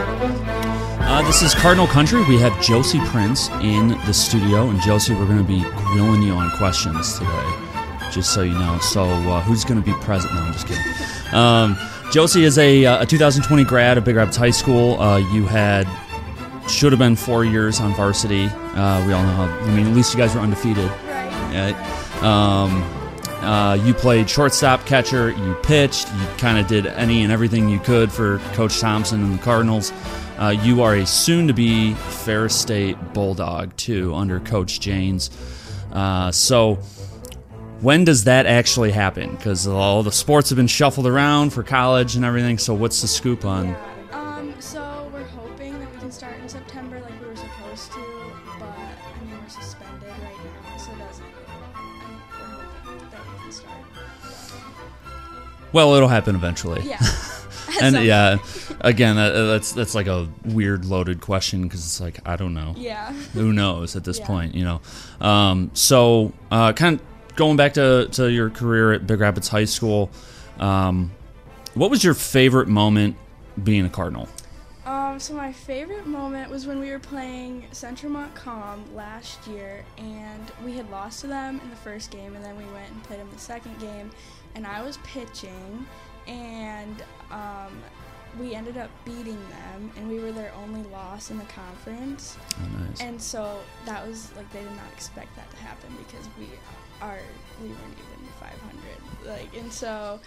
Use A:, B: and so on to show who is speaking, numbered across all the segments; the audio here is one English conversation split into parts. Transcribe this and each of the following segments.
A: Uh, this is Cardinal Country. We have Josie Prince in the studio, and Josie, we're going to be grilling you on questions today, just so you know. So, uh, who's going to be present? No, I'm just kidding. Um, Josie is a, uh, a 2020 grad of Big Rapids High School. Uh, you had should have been four years on varsity. Uh, we all know. How, I mean, at least you guys were undefeated. Right. Um, uh, you played shortstop, catcher. You pitched. You kind of did any and everything you could for Coach Thompson and the Cardinals. Uh, you are a soon-to-be Fair State Bulldog too, under Coach Janes. Uh, so. When does that actually happen? Because all the sports have been shuffled around for college and everything. So what's the scoop on?
B: Um, so we're hoping that we can start in September like we were supposed to, but I mean we're suspended right now, so it doesn't. I- We're hoping that we can start.
A: Well, it'll happen eventually.
B: Yeah.
A: and
B: So-
A: yeah, again, that, uh, that's that's like a weird loaded question because it's like I don't know.
B: Yeah.
A: Who knows at this
B: Yeah.
A: point, you know? Um, so uh, kind of going back to to your career at Big Rapids High School, um, what was your favorite moment being a Cardinal?
B: Um, so my favorite moment was when we were playing Central Montcalm last year, and we had lost to them in the first game, and then we went and played them the second game, and I was pitching, and um, we ended up beating them, and we were their only loss in the conference,
A: Oh, nice.
B: and so that was like they did not expect that to happen because we are we weren't even 500, like, and so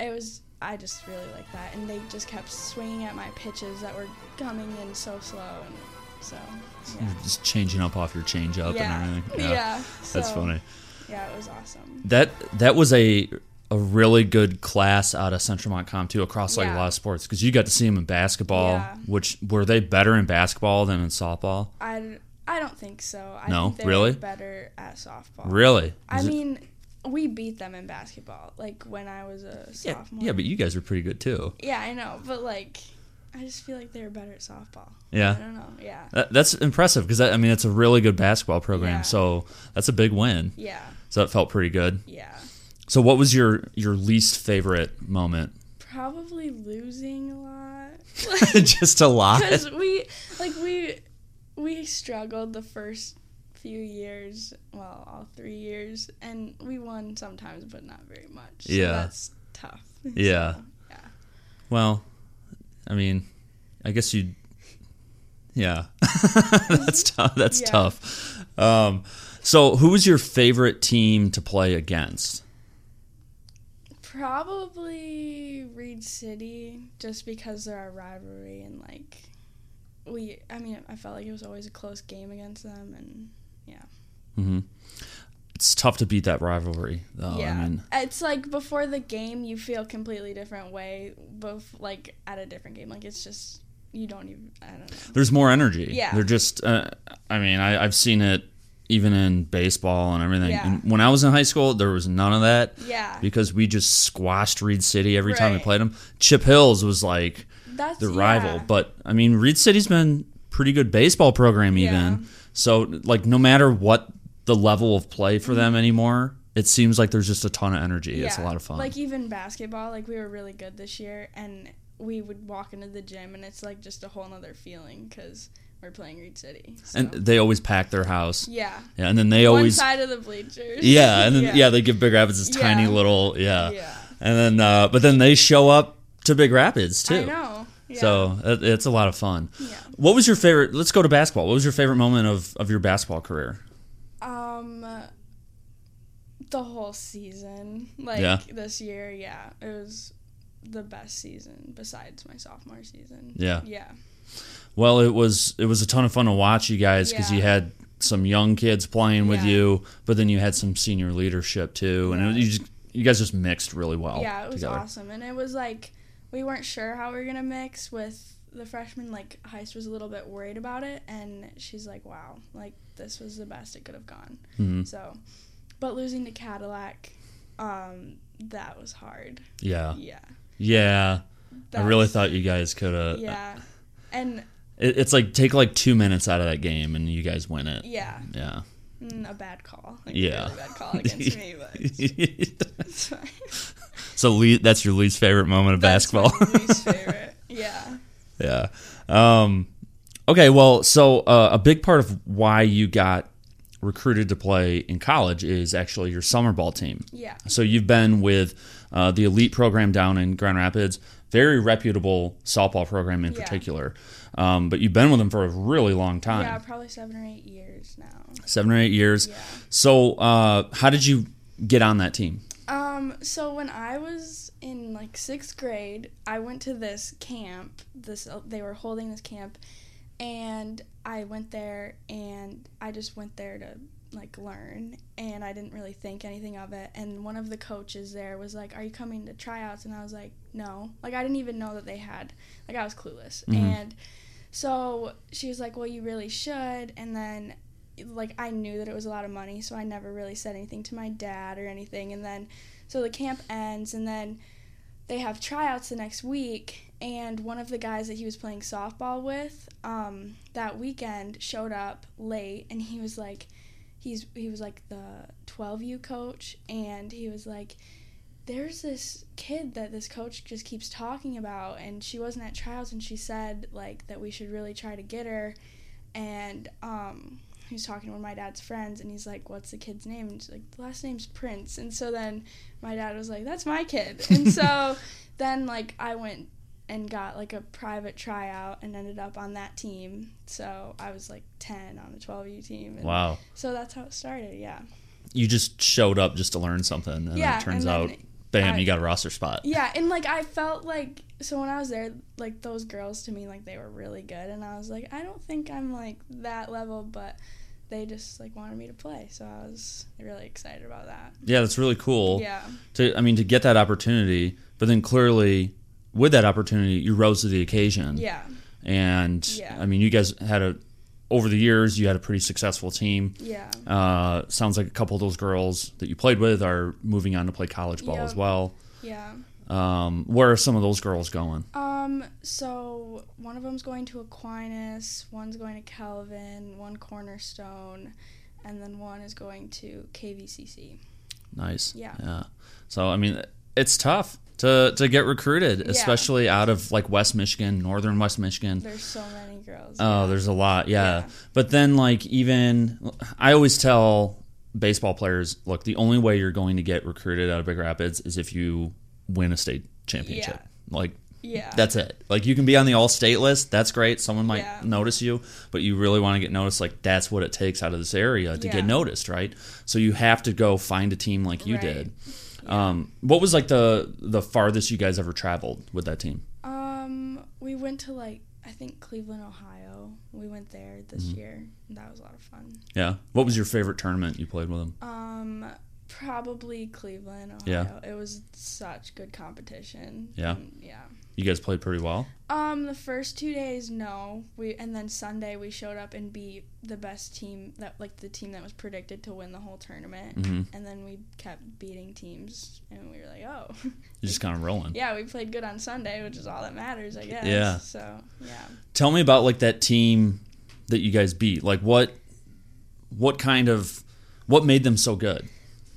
B: it was I just really liked that, and they just kept swinging at my pitches that were coming in so slow, and so yeah,
A: You're just changing up off your change up
B: yeah,
A: and everything.
B: yeah,
A: That's
B: so,
A: funny.
B: Yeah, it was awesome.
A: That that was a a really good class out of Central Montcalm too, across like a
B: Yeah.
A: lot of sports because you got to see them in basketball.
B: Yeah.
A: Which were they better in basketball than in softball?
B: I, d- I don't think so. I
A: No?
B: think they were
A: Really?
B: better at softball.
A: Really?
B: I
A: Is it-
B: mean, we beat them in basketball. Like when I was a
A: yeah,
B: sophomore.
A: yeah, but you guys were pretty good too.
B: Yeah, I know, but like, I just feel like they were better at softball. I
A: Yeah,
B: don't know. Yeah.
A: that, that's impressive because I mean it's a really good basketball program,
B: Yeah.
A: so that's a big win.
B: Yeah.
A: So that felt pretty good.
B: Yeah.
A: So what was your your least favorite moment?
B: Probably losing a lot.
A: Just a lot.
B: because we like we we struggled the first few years well all three years and we won sometimes but not very much so
A: Yeah.
B: that's tough
A: Yeah.
B: So, yeah
A: Well, I mean, I guess you. Yeah, that's tough. That's
B: Yeah.
A: tough. Um, so, who was your favorite team to play against?
B: probably reed city just because they're our rivalry and like we i mean i felt like it was always a close game against them and
A: hmm It's tough to beat that rivalry, though.
B: yeah
A: I mean,
B: it's like before the game you feel completely different way both like at a different game like it's just you don't even i don't know
A: there's more energy.
B: Yeah.
A: They're just. Uh, I mean, I, I've seen it even in baseball and everything.
B: Yeah.
A: And when I was in high school, there was none of that
B: yeah
A: because we just squashed Reed City every time we
B: Right.
A: played them. Chip Hills was like.
B: That's
A: the
B: yeah.
A: rival. But I mean, Reed City's been pretty good baseball program even.
B: Yeah.
A: So like, no matter what the level of play for them anymore, it seems like there's just a ton of energy. It's a
B: Mm-hmm. Yeah.
A: lot of fun.
B: Like even basketball, like we were really good this year, and we would walk into the gym, and it's like just a whole nother feeling because we're playing Reed City. So.
A: and they always pack their house.
B: yeah,
A: Yeah, and then they
B: one
A: always.
B: side of the bleachers.
A: Yeah, and then yeah. they give Big Rapids this tiny
B: Yeah.
A: little yeah.
B: Yeah.
A: and then uh, but then they show up to Big Rapids too.
B: I know. Yeah.
A: So it, it's a lot of fun.
B: Yeah.
A: What was your favorite? Let's go to basketball. What was your favorite moment of of your basketball career?
B: um, the whole season, like
A: Yeah.
B: this year, yeah, it was the best season besides my sophomore season.
A: Yeah.
B: Yeah.
A: Well, it was it was a ton of fun to watch you guys because
B: Yeah.
A: you had some young kids playing with
B: Yeah.
A: you, but then you had some senior leadership too, and it was,
B: Yeah.
A: you just, you guys just mixed really well.
B: yeah, it was
A: together.
B: awesome. And it was like we weren't sure how we were gonna mix with the freshmen. Like Heist was a little bit worried about it, and she's like, "Wow, like this was the best it could have gone."
A: Mhm.
B: So, but losing to Cadillac, um, that was hard.
A: Yeah,
B: Yeah,
A: yeah. I
B: that
A: really
B: was-
A: thought you guys could have.
B: Yeah, and
A: uh, It, it's like take like two minutes out of that game, and you guys win it.
B: Yeah.
A: Yeah.
B: Mm, a bad call. Like,
A: Yeah.
B: Really bad call against me, but it's fine.
A: so le- that's your least favorite moment of basketball.
B: That's my least favorite. Yeah.
A: yeah. Um, okay. Well, so uh, a big part of why you got recruited to play in college is actually your summer ball team.
B: Yeah.
A: So you've been with uh, the elite program down in Grand Rapids, very reputable softball program in
B: Yeah.
A: particular. Um, but you've been with them for a really long time,
B: Yeah, probably seven or eight years now.
A: seven or eight years.
B: Yeah.
A: So uh, how did you get on that team?
B: Um, so when I was in like sixth grade, I went to this camp. This they were holding this camp, and I went there, and I just went there to like learn, and I didn't really think anything of it. And one of the coaches there was like, "Are you coming to tryouts?" And I was like, "No." Like I didn't even know that they had. Like I was clueless,
A: Mhm.
B: and so she was like, "Well, you really should." And then like I knew that it was a lot of money, so I never really said anything to my dad or anything. And then so the camp ends, and then they have tryouts the next week. And one of the guys that he was playing softball with um, that weekend showed up late, and he was like, he's he was like the 12U coach, and he was like, there's this kid that this coach just keeps talking about, and she wasn't at tryouts, and she said like that we should really try to get her, and um, he was talking to one of my dad's friends, and he's like, "What's the kid's name?" And she's like, "The last name's Prince." And so then my dad was like, "That's my kid." And so then like I went and got like a private tryout and ended up on that team. So I was like ten on a twelve U team. And
A: Wow.
B: So that's how it started. Yeah.
A: You just showed up just to learn something, and
B: yeah.
A: it turns
B: and
A: out,
B: then-
A: bam,
B: I-
A: you got a roster spot.
B: Yeah, and like I felt like so when I was there, like those girls to me like they were really good, and I was like, I don't think I'm like that level, but they just like wanted me to play, so I was really excited about that.
A: Yeah, that's really cool.
B: Yeah,
A: to I mean to get that opportunity, but then clearly with that opportunity you rose to the occasion.
B: yeah,
A: And
B: Yeah.
A: I mean you guys had a over the years you had a pretty successful team.
B: yeah,
A: Uh, sounds like a couple of those girls that you played with are moving on to play college ball
B: Yeah.
A: as well.
B: yeah.
A: Um, where are some of those girls going?
B: Um, so one of them's going to Aquinas, one's going to Calvin, one Cornerstone, and then one is going to KVCC.
A: Nice.
B: Yeah.
A: Yeah. So I mean it's tough to to get recruited, especially out of like West Michigan, northern West Michigan.
B: There's so many girls.
A: Oh, there's a lot, yeah.
B: Yeah.
A: But then, like, even I always tell baseball players, look, the only way you're going to get recruited out of Big Rapids is if you win a state championship. Like,
B: yeah, Uh,
A: that's it. Like, you can be on the all state list. That's great. Someone might
B: Yeah.
A: notice you, but you really want to get noticed. Like, that's what it takes out of this area to
B: Yeah.
A: get noticed, right? So you have to go find a team like you
B: Right.
A: did. Um, what was like the the farthest you guys ever traveled with that team?
B: Um, we went to like I think Cleveland, Ohio. We went there this
A: Mm-hmm.
B: year. And that was a lot of fun.
A: Yeah. What was your favorite tournament you played with them?
B: Um, probably Cleveland,
A: Yeah.
B: Ohio. It was such good competition.
A: Yeah.
B: And, yeah.
A: You guys played pretty well.
B: Um, the first two days, no. We and then Sunday we showed up and beat the best team that like the team that was predicted to win the whole tournament.
A: Mhm.
B: And then we kept beating teams, and we were like, oh,
A: You're just kind of rolling.
B: yeah, we played good on Sunday, which is all that matters, I guess.
A: Yeah.
B: So yeah.
A: Tell me about like that team that you guys beat. Like what what kind of what made them so good?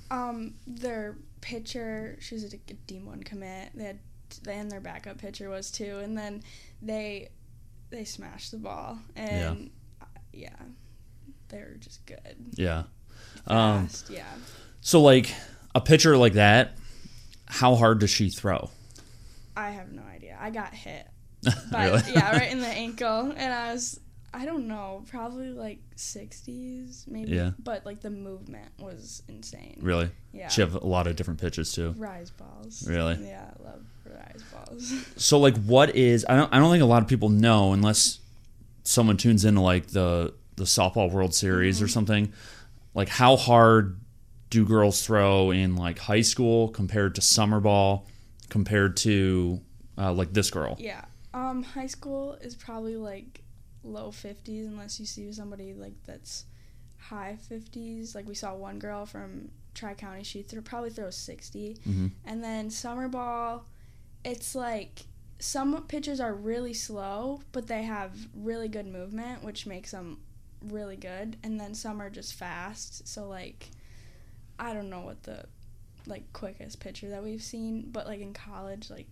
B: Um, their pitcher, she was a D one commit. They had, and their backup pitcher was too. And then they, they smashed the ball, and uh, yeah, they were just good.
A: Yeah. Um,
B: Fast, yeah.
A: so like a pitcher like that, how hard does she throw?
B: I have no idea. I got hit,
A: Really?
B: but yeah, right in the ankle, and I was. I don't know, probably like 60s, maybe.
A: Yeah.
B: But like the movement was insane.
A: Really?
B: Yeah.
A: She have a lot of different pitches too.
B: Rise balls.
A: Really?
B: Yeah, I love rise balls.
A: So like what is I don't I don't think a lot of people know unless someone tunes into like the the softball world series or something. Like how hard do girls throw in like high school compared to summer ball compared to uh, like this girl?
B: Yeah. Um, high school is probably like low 50s unless you see somebody like that's high 50s. Like we saw one girl from Tri County, she threw probably throws 60.
A: Mhm.
B: And then summer ball, it's like some pitchers are really slow, but they have really good movement, which makes them really good. And then some are just fast. So like, I don't know what the like quickest pitcher that we've seen, but like in college, like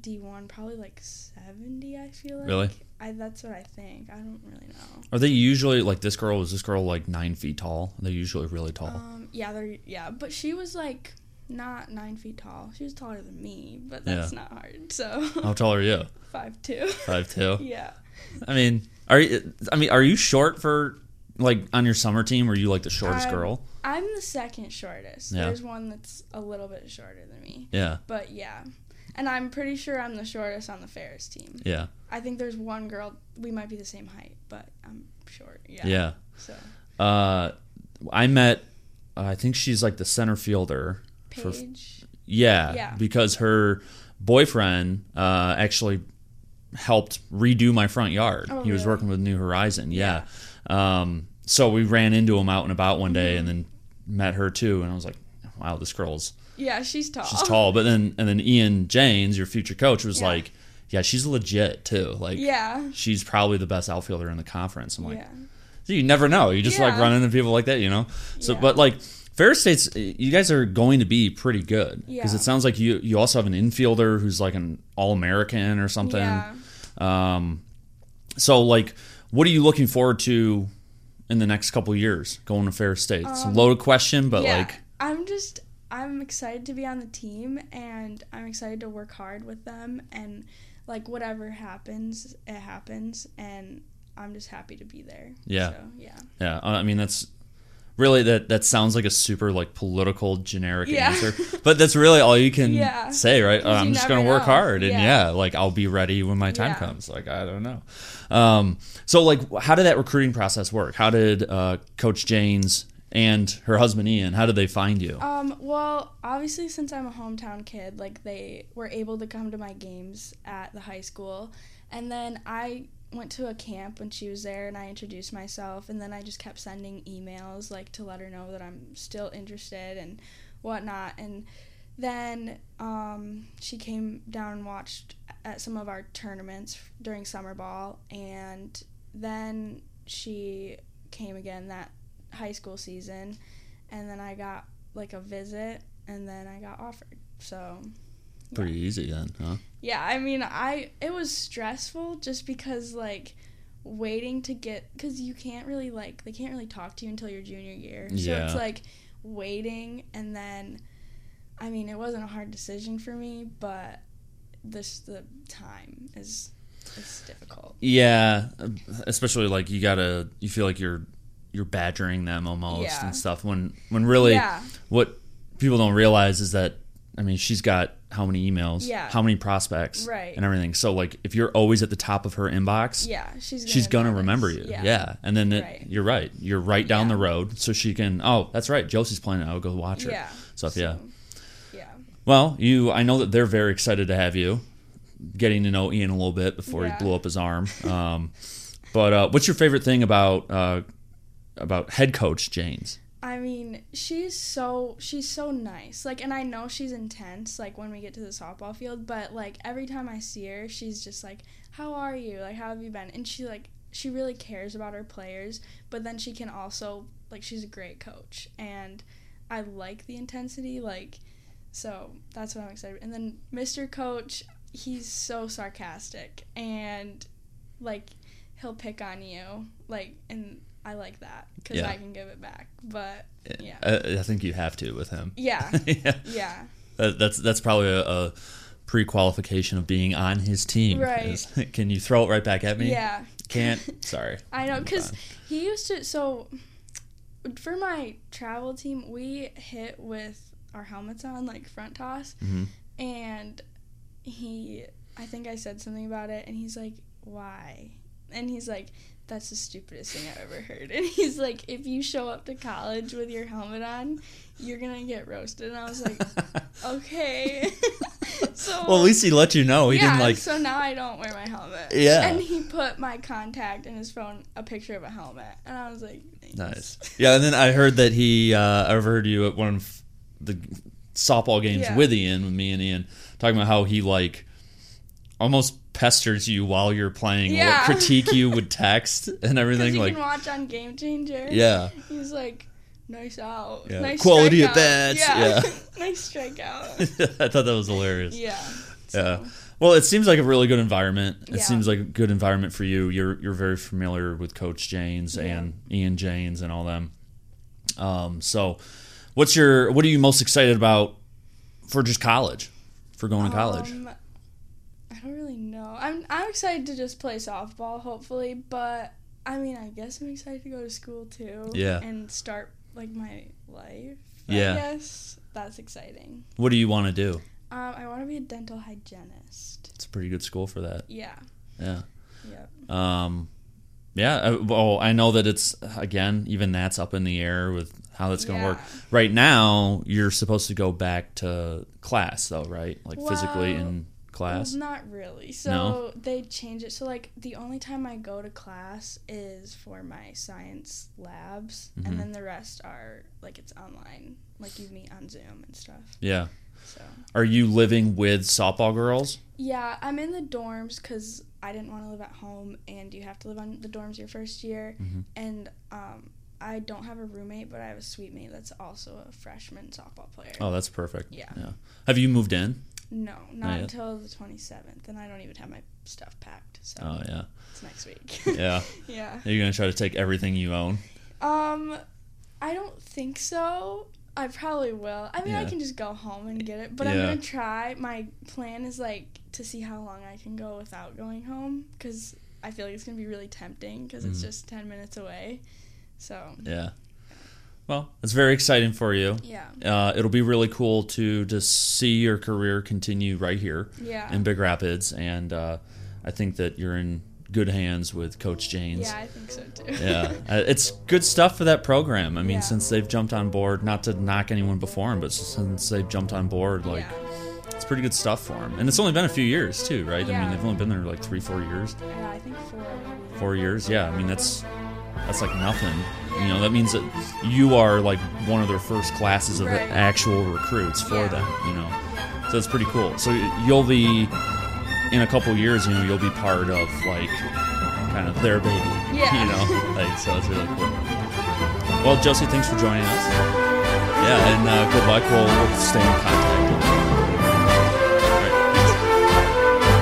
B: D one probably like seventy. I feel like
A: Really?
B: I that's what I think. I don't really know.
A: Are they usually like this girl? Is this girl like nine feet tall? They're usually really tall.
B: Um, yeah, they're yeah, but she was like not nine feet tall. She was taller than me, but that's not hard. So
A: How tall are you?
B: five two.
A: Five two.
B: yeah.
A: I mean, are you? I mean, are you short for like on your summer team? Were you like the shortest
B: I'm-
A: girl?
B: I'm the second shortest.
A: Yeah.
B: There's one that's a little bit shorter than me.
A: Yeah,
B: But yeah. And I'm pretty sure I'm the shortest on the Ferris team.
A: yeah,
B: I think there's one girl we might be the same height, but I'm short. Yeah.
A: yeah.
B: So
A: Uh, I met. Uh, I think she's like the center fielder. For-
B: Paige.
A: Yeah,
B: Yeah.
A: because her boyfriend uh, actually helped redo my front yard.
B: Oh,
A: he was
B: really?
A: working with New Horizon. Yeah. Um, so we ran into him out and about one
B: Mm-hmm.
A: day, and then met her too, and I was like. Wow, this girl's
B: yeah, she's tall.
A: she's tall. But then and then Ian Janes, your future coach, was
B: Oh. Yeah.
A: like, Yeah, she's legit too. Like
B: Yeah.
A: she's probably the best outfielder in the conference. I'm like,
B: yeah.
A: so you never know. You just like
B: Yeah.
A: run into people like that, you know. So,
B: Yeah.
A: but like Fair State's, you guys are going to be pretty good because
B: Yeah.
A: it sounds like you you also have an infielder who's like an All American or something.
B: Yeah.
A: Um, so like, what are you looking forward to in the next couple years going to Fair State? it's a loaded question, but
B: Um, yeah.
A: like,
B: I'm just I'm excited to be on the team and I'm excited to work hard with them and like whatever happens, it happens and I'm just happy to be there.
A: Yeah.
B: So, yeah.
A: yeah, I I mean that's. Really, that, that sounds like a super like political generic
B: Yeah.
A: answer, but that's really all you can
B: Yeah.
A: say, right?
B: 'Cause
A: I'm
B: you
A: just
B: never
A: gonna work
B: know.
A: hard, and
B: Yeah.
A: yeah, like I'll be ready when my time
B: Yeah.
A: comes. Like I don't know. Um, so like, how did that recruiting process work? How did uh, Coach Janes and her husband Ian? How did they find you?
B: Um, well, obviously, since I'm a hometown kid, like they were able to come to my games at the high school, and then I went to a camp when she was there, and I introduced myself, and then I just kept sending emails like to let her know that I'm still interested and whatnot, and then um, she came down and watched at some of our tournaments during summer ball, and then she came again that high school season, and then I got like a visit and then I got offered. So
A: Pretty easy then, huh?
B: yeah, I mean, I it was stressful just because like waiting to get because you can't really like they can't really talk to you until your junior year. So
A: Yeah.
B: it's like waiting and then I mean it wasn't a hard decision for me, but this the time is is difficult.
A: Yeah, especially like you gotta, you feel like you're you're badgering them almost
B: Yeah.
A: and stuff. When when really,
B: yeah,
A: what people don't realize is that I mean, she's got how many emails,
B: Yeah.
A: how many prospects,
B: Right.
A: and everything. So like, if you're always at the top of her inbox,
B: yeah, she's gonna
A: she's gonna
B: notice.
A: remember you. Yeah, and then it,
B: Right.
A: you're right. You're right down
B: Yeah.
A: the road, so she can. Oh, that's right. Josie's playing. I'll go watch her.
B: Yeah.
A: So, yeah.
B: Yeah.
A: Well, you. I know that they're very excited to have you. Getting to know Ian a little bit before
B: Yeah.
A: he blew up his arm. Um, but uh, what's your favorite thing about uh, about head coach Jane's?
B: I mean, she's so she's so nice. Like and I know she's intense like when we get to the softball field, but like every time I see her, she's just like, "How are you? Like how have you been?" And she like she really cares about her players, but then she can also like she's a great coach and I like the intensity like so that's what I'm excited. And then Mr. Coach, he's so sarcastic and like he'll pick on you like and I like that because
A: Yeah.
B: I can give it back. But yeah,
A: Uh, I, I think you have to with him.
B: yeah,
A: yeah.
B: yeah,
A: That, that's that's probably a, a pre-qualification of being on his team.
B: Right.
A: is, can you throw it right back at me?
B: yeah.
A: Can't. Sorry.
B: I know
A: Move
B: because
A: on.
B: he used to. So for my travel team, we hit with our helmets on, like front toss,
A: Mhm.
B: and he. I think I said something about it, and he's like, "Why?" And he's like, "That's the stupidest thing I've ever heard." And he's like, "If you show up to college with your helmet on, you're gonna get roasted." And I was like, "Okay." so
A: well, at least he let you know. He
B: yeah,
A: didn't like.
B: so now I don't wear my helmet.
A: Yeah.
B: And he put my contact in his phone, a picture of a helmet, and I was like, Thanks.
A: Nice. Yeah, and then I heard that he. Uh, I overheard you at one of the softball games
B: Yeah.
A: with Ian, with me and Ian, talking about how he like almost pesters you while you're playing, will
B: Yeah.
A: critique you with text and everything.
B: you
A: Like,
B: can watch on Game Changer.
A: yeah,
B: He's like, nice out.
A: Yeah.
B: Nice
A: Quality
B: strikeout."
A: at bats, yeah.
B: nice strikeout.
A: I thought that was hilarious.
B: Yeah.
A: Yeah. Well, it seems like a really good environment. It
B: Yeah.
A: seems like a good environment for you. You're you're very familiar with Coach Janes and Ian Janes and all them. Um, so, what's your what are you most excited about for just college, for going to college?
B: Um, I don't really know. I'm I'm excited to just play softball, hopefully, but I mean, I guess I'm excited to go to school too.
A: Yeah.
B: And start like my life.
A: Yeah.
B: I guess that's exciting.
A: What do you want to do?
B: Um, I want to be a dental hygienist.
A: It's a pretty good school for that.
B: Yeah.
A: Yeah.
B: Yep.
A: Um, yeah. uh, Well, I know that it's again even that's up in the air with how that's going to work.
B: Yeah.
A: Right now, you're supposed to go back to class though, right? Like physically
B: Well,
A: in class.
B: Well, not really. So
A: No?
B: they change it. So like the only time I go to class is for my science labs,
A: Mhm.
B: and then the rest are like it's online. Like you meet on Zoom and stuff.
A: Yeah.
B: So
A: Are you living with softball girls?
B: yeah, I'm in the dorms because I didn't want to live at home, and you have to live on the dorms your first year.
A: Mhm.
B: And um, I don't have a roommate, but I have a suite mate that's also a freshman softball player.
A: Oh, that's perfect.
B: Yeah.
A: Have you moved in?
B: No, not
A: yet.
B: until the 27th, and I don't even have my stuff packed. So
A: Oh yeah.
B: it's next week.
A: Yeah.
B: yeah.
A: Are you gonna try to take everything you own?
B: Um, I don't think so. I probably will. I mean, I
A: Yeah.
B: can just go home and get it, but I'm
A: Yeah.
B: gonna try. My plan is like to see how long I can go without going home, because I feel like it's gonna be really tempting, because it's
A: Mhm.
B: just ten minutes away. So
A: Yeah. Well, it's very exciting for you.
B: yeah,
A: Uh, it'll be really cool to just see your career continue right here
B: yeah,
A: in Big Rapids, and uh, I think that you're in good hands with Coach James.
B: yeah. I think so too.
A: yeah, Uh, it's good stuff for that program. I mean,
B: Yeah.
A: since they've jumped on board, not to knock anyone before him, but since they've jumped on board, like
B: yeah.
A: it's pretty good stuff for him. And it's only been a few years too, right? I mean,
B: Yeah.
A: they've only been there like three, four years,
B: yeah, I think four. maybe.
A: four years. Yeah, I mean that's that's like nothing. You know, that means that you are like one of their first classes of
B: Right.
A: actual recruits for
B: Yeah.
A: them. You know,
B: Yeah.
A: so it's pretty cool. So you'll be in a couple years, you know, you'll be part of like kind of their baby.
B: Yeah.
A: You know, like so it's really cool. Well, Josie, thanks for joining us. Yeah, and uh, good luck. We'll, we'll stay in contact. All right, thanks.